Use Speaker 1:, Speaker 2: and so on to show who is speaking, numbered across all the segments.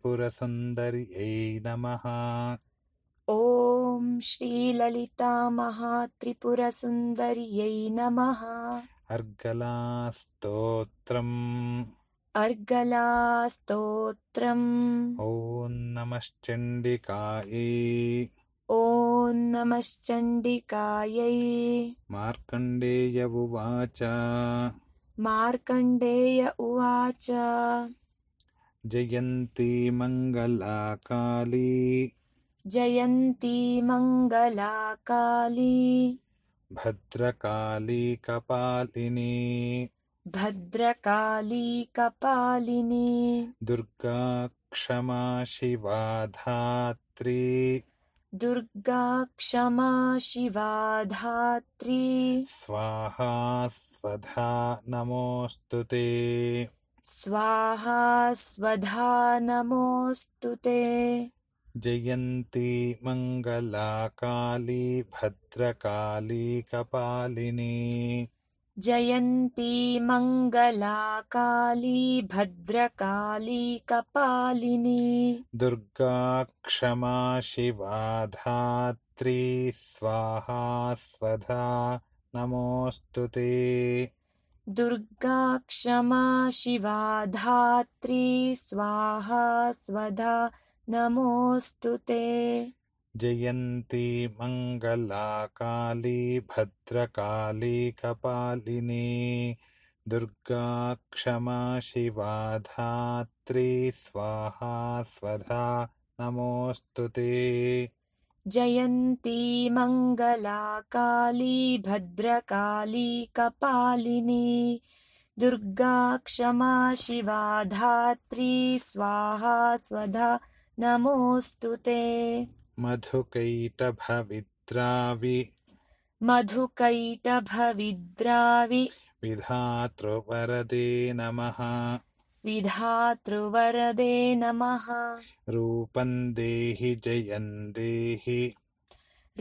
Speaker 1: श्रीललितामहात्रिपुरसुन्दर्यै नमः
Speaker 2: ॐ श्रीललितामहात्रिपुरसुन्दर्यै नमः
Speaker 1: अर्गलास्तोत्रम्
Speaker 2: अर्गलास्तोत्रम्
Speaker 1: ॐ नमश्चण्डिकायै
Speaker 2: ॐ नमश्चण्डिकायै
Speaker 1: मार्कण्डेय उवाच
Speaker 2: मार्कण्डेय उवाच
Speaker 1: जयन्ती मङ्गलाकाली
Speaker 2: जयन्ती मङ्गला काली
Speaker 1: भद्रकाली कपालिनी
Speaker 2: भद्रकाली कपालिनी
Speaker 1: दुर्गा क्षमा शिवा धात्री
Speaker 2: दुर्गा क्षमा शिवा धात्री
Speaker 1: स्वाहा स्वधा नमोऽस्तु ते
Speaker 2: स्वाहा स्वधा नमोऽस्तु ते
Speaker 1: जयन्ती मङ्गलाकाली भद्रकाली कपालिनी
Speaker 2: जयन्ती मङ्गला काली भद्रकाली कपालिनी
Speaker 1: दुर्गा क्षमा शिवा धात्री स्वाहा स्वधा नमोऽस्तु ते
Speaker 2: दुर्गा क्षमा शिवा धात्री स्वाहा स्वधा नमोऽस्तु ते
Speaker 1: जयन्ती मङ्गलाकाली भद्रकाली कपालिनी दुर्गा क्षमा शिवा धात्री स्वाहा स्वधा नमोऽस्तु ते
Speaker 2: जयन्ती मङ्गला काली भद्रकाली कपालिनी दुर्गा क्षमा शिवा धात्री स्वाहा स्वधा नमोऽस्तु ते
Speaker 1: मधुकैटभविद्रावि
Speaker 2: मधुकैटभविद्रावि
Speaker 1: विधातृवरदे नमः
Speaker 2: विधातृवरदे नमः
Speaker 1: रूपं देहि जयं देहि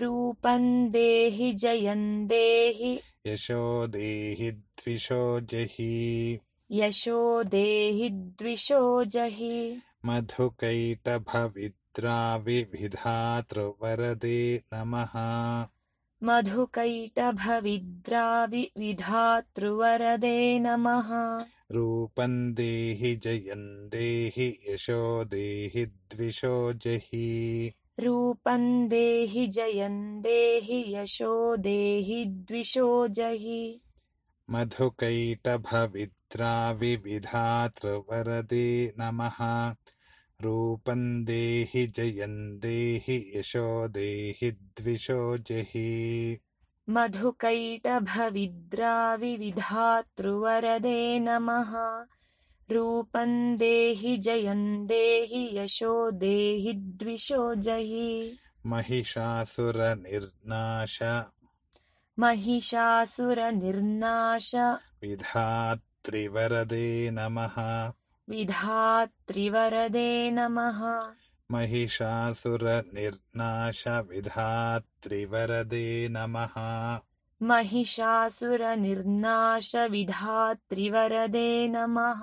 Speaker 2: रूपं देहि जयं देहि
Speaker 1: यशो देहि द्विषो जहि
Speaker 2: यशो देहि द्विषो जहि
Speaker 1: मधुकैटभविद्राविविधातृवरदे नमः
Speaker 2: मधुकैटभविद्रावि विधातृवरदे नमः
Speaker 1: रूपं देहि जयं देहि यशो देहि द्विषो जहि
Speaker 2: रूपं देहि जयं देहि यशो देहि द्विषो जहि
Speaker 1: मधुकैटभविद्राविविधातृवरदे नमः रूपं देहि जयं देहि यशो देहि द्विषो जहि
Speaker 2: मधुकैटभविद्रावि विधातृवरदे नमः रूपं देहि जयं देहि यशो देहि द्विषो जहि
Speaker 1: महिषासुरनिर्नाश
Speaker 2: महिषासुरनिर्नाश
Speaker 1: विधात्रिवरदे नमः
Speaker 2: विधात्रिवरदे नमः
Speaker 1: महिषासुरनिर्नाश विधात्रिवरदे नमः
Speaker 2: महिषासुरनिर्नाश विधात्रिवरदे नमः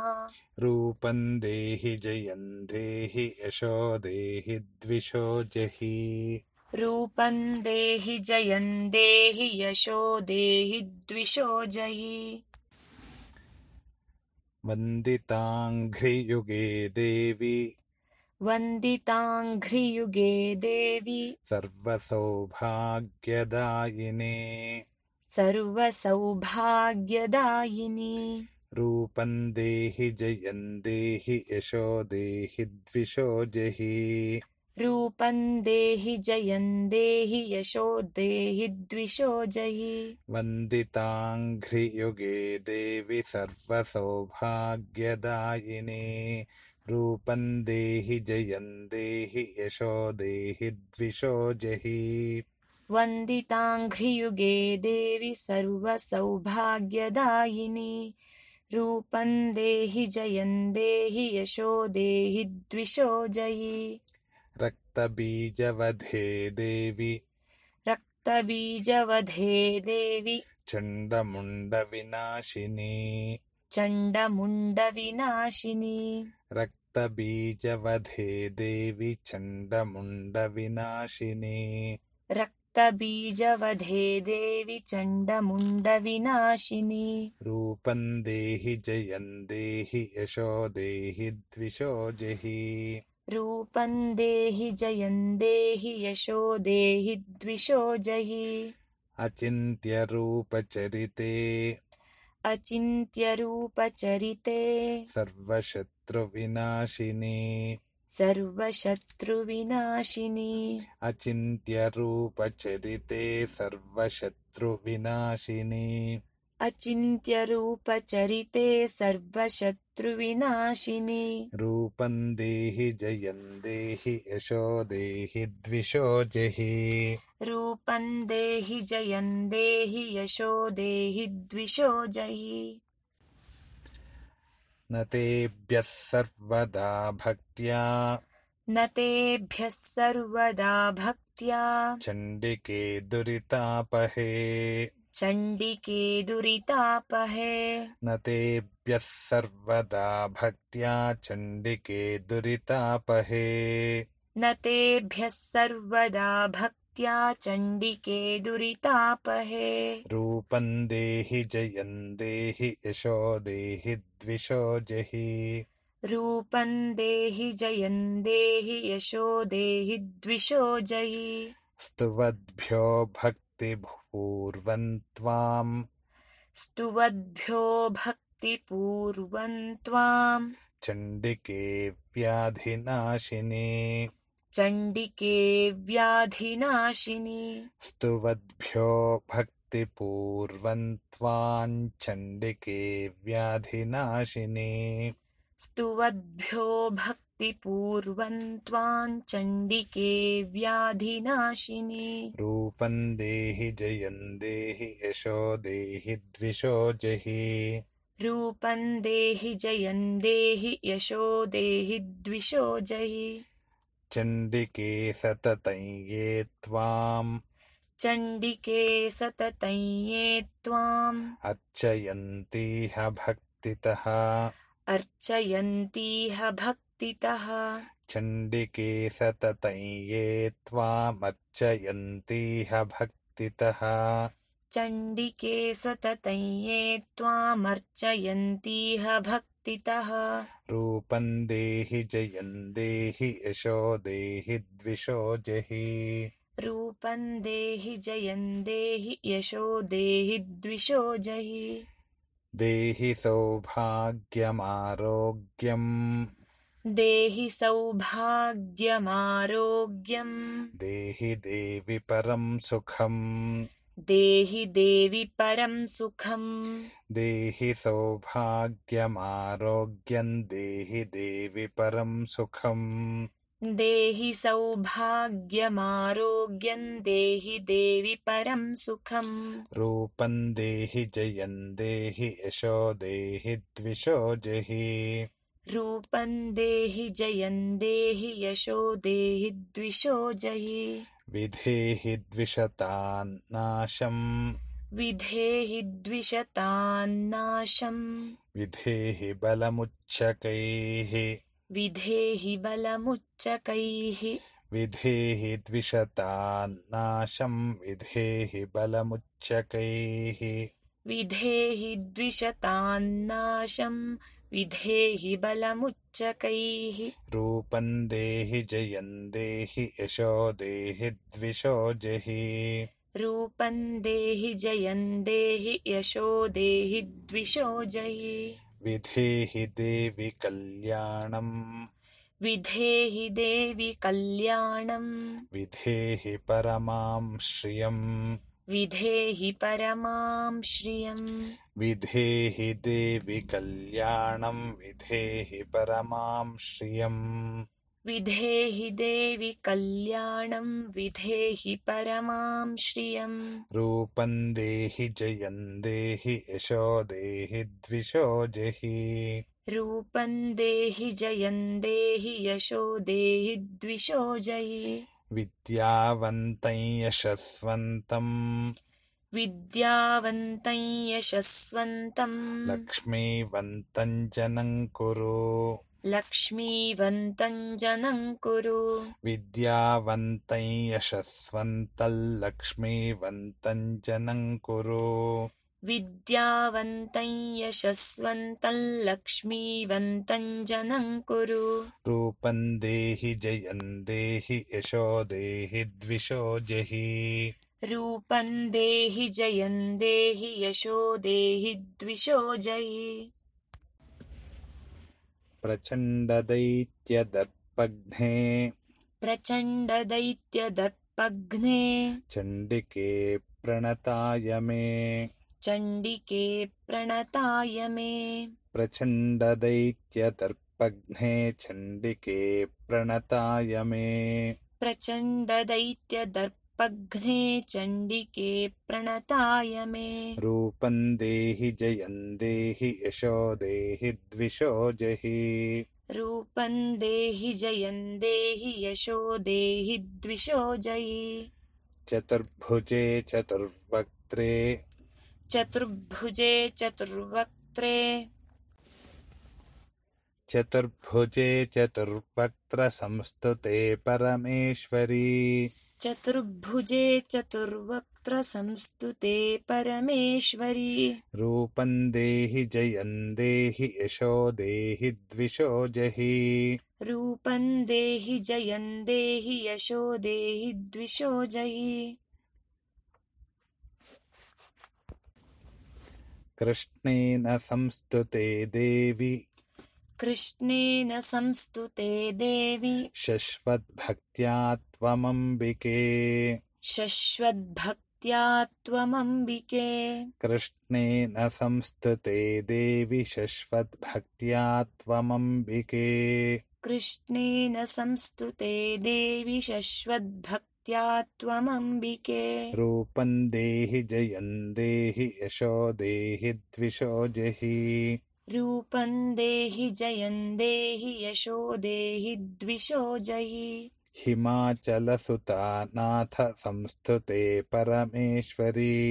Speaker 1: रूपं देहि जयं देहि यशो देहि द्विषो जहि
Speaker 2: रूपं देहि जयं देहि यशो देहि द्विषो जहि
Speaker 1: वन्दिताङ्घ्रियुगे देवि
Speaker 2: वन्दिताङ्घ्रियुगे देवि
Speaker 1: सर्वसौभाग्यदायिने
Speaker 2: सर्वसौभाग्यदायिनि
Speaker 1: रूपं देहि जयं देहि यशो देहि द्विषो जहि
Speaker 2: रूपं देहि जयं देहि यशो देहि द्विषो जहि
Speaker 1: वन्दिताङ्घ्रियुगे देवि सर्वसौभाग्यदायिने रूपं देहि जयं देहि यशो देहि द्विषो जहि
Speaker 2: वन्दिताङ्घ्रियुगे देवि सर्वसौभाग्यदायिनि रूपं देहि जयं देहि यशो देहि द्विषो जहि
Speaker 1: रक्तबीजवधे देवि
Speaker 2: रक्तबीजवधे देवि
Speaker 1: चण्डमुण्डविनाशिनी
Speaker 2: चण्डमुण्डविनाशिनी
Speaker 1: रक्तबीजवधे देवि चण्डमुण्डविनाशिनि
Speaker 2: रक्तबीजवधे देवि चण्डमुण्डविनाशिनी
Speaker 1: रूपं देहि जयं देहि यशो देहि द्विषो जहि
Speaker 2: रूपं देहि जयं देहि यशो देहि द्विषो जहि
Speaker 1: अचिन्त्यरूपचरिते
Speaker 2: अचिन्त्यरूपचरिते
Speaker 1: सर्वशत्रुविनाशिनि
Speaker 2: सर्वशत्रुविनाशिनि
Speaker 1: अचिन्त्यरूपचरिते सर्वशत्रुविनाशिनि
Speaker 2: अचिन्त्यरूपचरिते सर्वशत्रुविनाशिनि
Speaker 1: रूपं देहि जयं देहि यशो देहि द्विषो जहि
Speaker 2: रूपं देहि जयं देहि यशो देहि द्विषो जहि
Speaker 1: न तेभ्यः सर्वदा भक्त्या
Speaker 2: न तेभ्यः सर्वदा भक्त्या
Speaker 1: चण्डिके दुरितापहे
Speaker 2: चण्डिके दुरितापहे
Speaker 1: न तेभ्यः सर्वदा भक्त्या चण्डिके दुरितापहे
Speaker 2: न तेभ्यः सर्वदा भक्त्या चण्डिके दुरितापहे
Speaker 1: रूपं देहि जयं देहि यशो देहि द्विषो जहि
Speaker 2: रूपं देहि जयं देहि यशो देहि द्विषो जहि
Speaker 1: स्तुवद्भ्यो भक्तिपूर्वं त्वाम्
Speaker 2: स्तुवद्भ्यो भक्तिपूर्वं त्वाम्
Speaker 1: चण्डिके व्याधिनाशिने
Speaker 2: चण्डिके व्याधिनाशिनि
Speaker 1: स्तुवद्भ्यो भक्तिपूर्वं त्वाञ्चण्डिके व्याधिनाशिने
Speaker 2: स्तुवद्भ्यो भक्तिपूर्वं त्वां चण्डिके व्याधिनाशिनि
Speaker 1: रूपं देहि जयं देहि यशो देहि द्विषो जहि
Speaker 2: रूपं देहि जयं देहि यशो देहि द्विषो जहि
Speaker 1: चण्डिके सततं ये त्वाम्
Speaker 2: चण्डिके सततं ये त्वाम्
Speaker 1: अर्चयन्तीह भक्तितः
Speaker 2: अर्चयन्तीह भक्तितः
Speaker 1: चण्डिके सततं ये त्वामर्चयन्तीह भक्तितः
Speaker 2: चण्डिके सततं ये त्वामर्चयन्तीह भक्तितः
Speaker 1: रूपं देहि जयं देहि यशो देहि द्विषो जहि
Speaker 2: रूपं देहि जयं देहि यशो देहि द्विषो जहि
Speaker 1: देहि सौभाग्यमारोग्यम्
Speaker 2: देहि सौभाग्यमारोग्यम्
Speaker 1: देहि देवि परं सुखम्
Speaker 2: देहि देवि परं सुखम्
Speaker 1: देहि सौभाग्यमारोग्यं देहि देवि परं सुखम्
Speaker 2: देहि सौभाग्यमारोग्यं देहि देवि परं सुखम्
Speaker 1: रूपं देहि जयं देहि यशो देहि द्विषो जहि
Speaker 2: रूपं देहि जयं देहि यशो देहि द्विषो जहि
Speaker 1: विधेहि द्विषतान् नाशम्
Speaker 2: विधेहि द्विषतान्नाशम्
Speaker 1: विधेहि बलमुच्छकैः
Speaker 2: विधेहि बलमुच्चकैः
Speaker 1: विधेहि द्विषतान् नाशम् विधेहि बलमुच्छकैः
Speaker 2: विधेहि द्विषतान्नाशम् विधेहि बलमुच्चकैः
Speaker 1: रूपं देहि जयं देहि यशो देहि द्विषो जहि
Speaker 2: रूपं देहि जयं देहि यशो देहि द्विषो जहि
Speaker 1: विधेहि देवि कल्याणम्
Speaker 2: विधेहि देवि कल्याणम्
Speaker 1: विधेहि परमां श्रियम्
Speaker 2: विधेहि परमां श्रियम्
Speaker 1: विधेहि देवि कल्याणम् विधेहि परमां श्रियम्
Speaker 2: विधेहि देवि कल्याणं विधेहि परमां श्रियम्
Speaker 1: रूपं देहि जयं देहि यशो देहि द्विषो जहि
Speaker 2: रूपं देहि जयं देहि यशो देहि द्विषो जहि
Speaker 1: विद्यावन्तं यशस्वन्तम्
Speaker 2: विद्यावन्तं यशस्वन्तम्
Speaker 1: लक्ष्मीवन्तं जनं कुरु
Speaker 2: लक्ष्मीवन्तं जनं कुरु
Speaker 1: विद्यावन्तं यशस्वन्तल्लक्ष्मीवन्तं जनं कुरु
Speaker 2: विद्यावन्तं यशस्वन्तं लक्ष्मीवन्तं जनं कुरु
Speaker 1: रूपं देहि जयं देहि यशो देहि द्विषो जहि
Speaker 2: रूपं देहि जयं देहि यशो देहि द्विषो जयि
Speaker 1: प्रचण्डदैत्यदर्पघ्ने
Speaker 2: प्रचण्डदैत्यदर्पघ्ने
Speaker 1: चण्डिके प्रणताय मे
Speaker 2: चण्डिके प्रणताय मे
Speaker 1: प्रचण्डदैत्यदर्पघ्ने चण्डिके प्रणताय मे
Speaker 2: प्रचण्डदैत्यदर्पघ्ने चण्डिके प्रणताय मे
Speaker 1: रूपं देहि जयं देहि यशो देहि द्विषो जहि
Speaker 2: रूपं देहि जयं देहि यशो देहि द्विषो जयि
Speaker 1: चतुर्भुजे चतुर्वक्त्रे
Speaker 2: चतुर्भुजे चतुर्वक्त्रे
Speaker 1: चतुर्भुजे चतुर्वक्त्रसंस्तुते परमेश्वरी
Speaker 2: चतुर्भुजे चतुर्वक्त्र संस्तुते परमेश्वरि
Speaker 1: रूपं देहि जयं देहि यशो देहि द्विषो जहि
Speaker 2: रूपं देहि जयं देहि यशो देहि द्विषो जयि
Speaker 1: कृष्णेन संस्तुते देवि
Speaker 2: कृष्णेन संस्तुते देवि
Speaker 1: शश्वद्भक्त्या त्वमम्बिके
Speaker 2: शश्वद्भक्त्या त्वमम्बिके
Speaker 1: कृष्णेन संस्तुते देवि शश्वद्भक्त्या त्वमम्बिके
Speaker 2: कृष्णेन संस्तुते देवि शश्वद्भक्त्या त्वमम्बिके
Speaker 1: रूपं देहि जयं देहि यशो देहि द्विषो जहि
Speaker 2: रूपं देहि जयं देहि यशो देहि द्विषो जयि
Speaker 1: हिमाचलसुता नाथ संस्तुते परमेश्वरी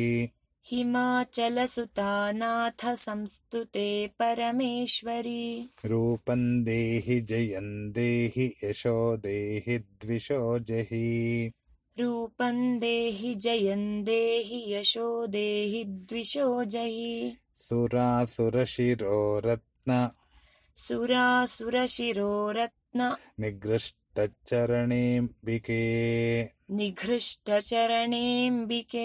Speaker 2: हिमाचलसुता नाथ संस्तुते परमेश्वरि
Speaker 1: रूपं देहि जयं देहि यशो देहि द्विषो जहि
Speaker 2: रूपं देहि जयं देहि यशो देहि द्विषो जयि
Speaker 1: सुरासुरशिरो रत्न
Speaker 2: सुरासुरशिरो रत्न
Speaker 1: निगृष्टचरणेऽम्बिके
Speaker 2: निघृष्टचरणेऽम्बिके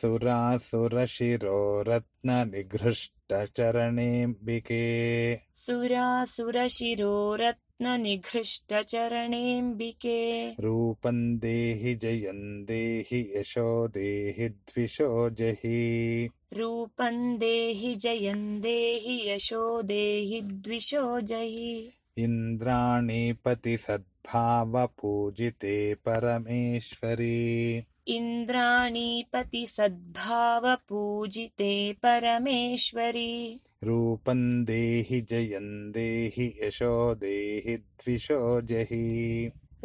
Speaker 1: सुरासुरशिरो रत्न निघृष्टचरणेऽम्बिके
Speaker 2: सुरासुरशिरो रत्ननिघृष्टचरणेऽम्बिके
Speaker 1: रूपं देहि जयं देहि यशो देहि द्विषो जहि
Speaker 2: रूपं देहि जयं देहि यशो देहि द्विषो जयि
Speaker 1: इन्द्राणि पतिसद्भावपूजिते परमेश्वरी
Speaker 2: इन्द्राणीपति सद्भावपूजिते परमेश्वरि
Speaker 1: रूपं देहि जयं देहि यशो देहि द्विषो जहि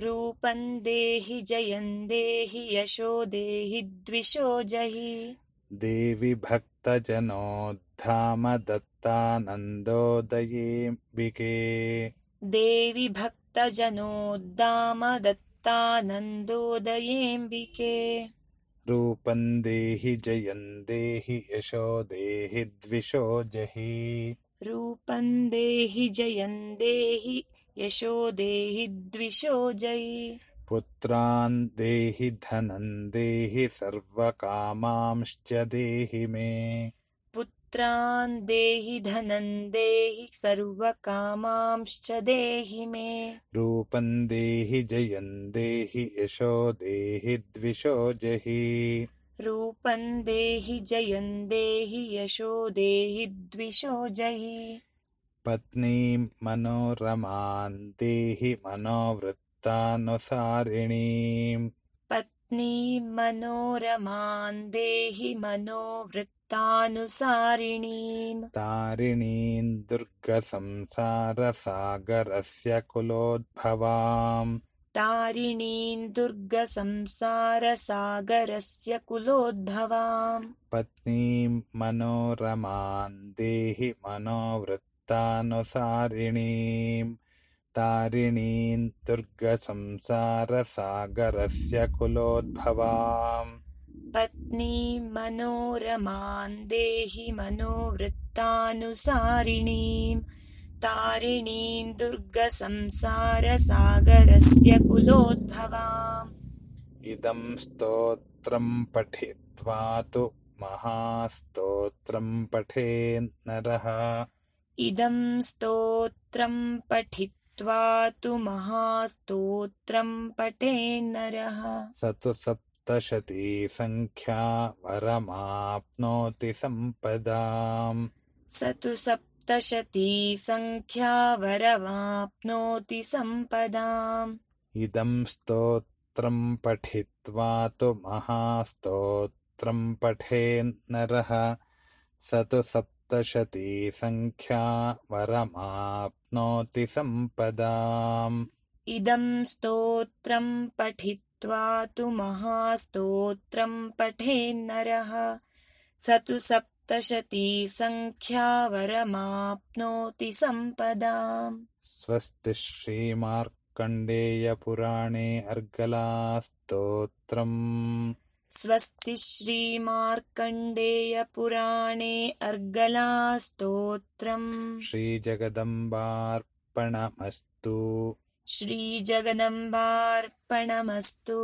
Speaker 2: रूपं देहि जयं देहि यशो देहि द्विषो जहि
Speaker 1: देवि भक्तजनोद्धाम दत्तानन्दोदयेऽम्बिके
Speaker 2: देवि भक्तजनोद्दाम दत्तानन्दोदयेऽम्बिके
Speaker 1: रूपं देहि जयं देहि यशो देहि द्विषो जहि
Speaker 2: रूपं देहि जयं देहि यशो देहि द्विषो जयि
Speaker 1: पुत्रान् देहि धनं देहि सर्वकामांश्च देहि मे
Speaker 2: पुत्रान् देहि धनं देहि सर्वकामांश्च देहि मे
Speaker 1: रूपं देहि जयं देहि यशो देहि द्विषो जहि
Speaker 2: रूपं देहि जयं देहि यशो देहि द्विषो जहि
Speaker 1: पत्नीं मनोरमान् देहि मनोवृत्तानुसारिणीम्
Speaker 2: पत्नी मनोरमान् देहि मनोवृत्तानुसारिणीम्
Speaker 1: तारिणीम् दुर्गसंसारसागरस्य कुलोद्भवाम्
Speaker 2: तारिणीम् दुर्गसंसारसागरस्य कुलोद्भवाम्
Speaker 1: पत्नीं मनोरमान् देहि मनोवृत्तानुसारिणीं तारिणीं दुर्गसंसारसागरस्य कुलोद्भवाम्
Speaker 2: पत्नीं मनोरमान् देहि मनोवृत्तानुसारिणीं तारिणीं दुर्गसंसारसागरस्य कुलोद्भवाम्
Speaker 1: इदं स्तोत्रं पठित्वा तु महास्तोत्रं पठेन्नरः
Speaker 2: इदं स्तोत्रं पठित्वा तु महास्तोत्रं पठेन्नरः
Speaker 1: स तु सप्तशती सङ्ख्या वरमाप्नोति सम्पदाम्
Speaker 2: स तु सप्तशती सङ्ख्या वरमाप्नोति सम्पदाम्
Speaker 1: इदं स्तोत्रं पठित्वा तु महास्तोत्रं पठेन्नरः स तु सप्तशती सङ्ख्या वरमाप्नोति सम्पदाम्
Speaker 2: इदं स्तोत्रं पठित्वा तु महास्तोत्रं पठेन्नरः स तु सप्तशती सङ्ख्या वरमाप्नोति सम्पदाम्
Speaker 1: स्वस्ति श्रीमार्कण्डेयपुराणे अर्गलास्तोत्रम्
Speaker 2: स्वस्ति श्रीमार्कण्डेयपुराणे अर्गलास्तोत्रम्
Speaker 1: श्रीजगदम्बार्पणमस्तु
Speaker 2: श्रीजगदम्बार्पणमस्तु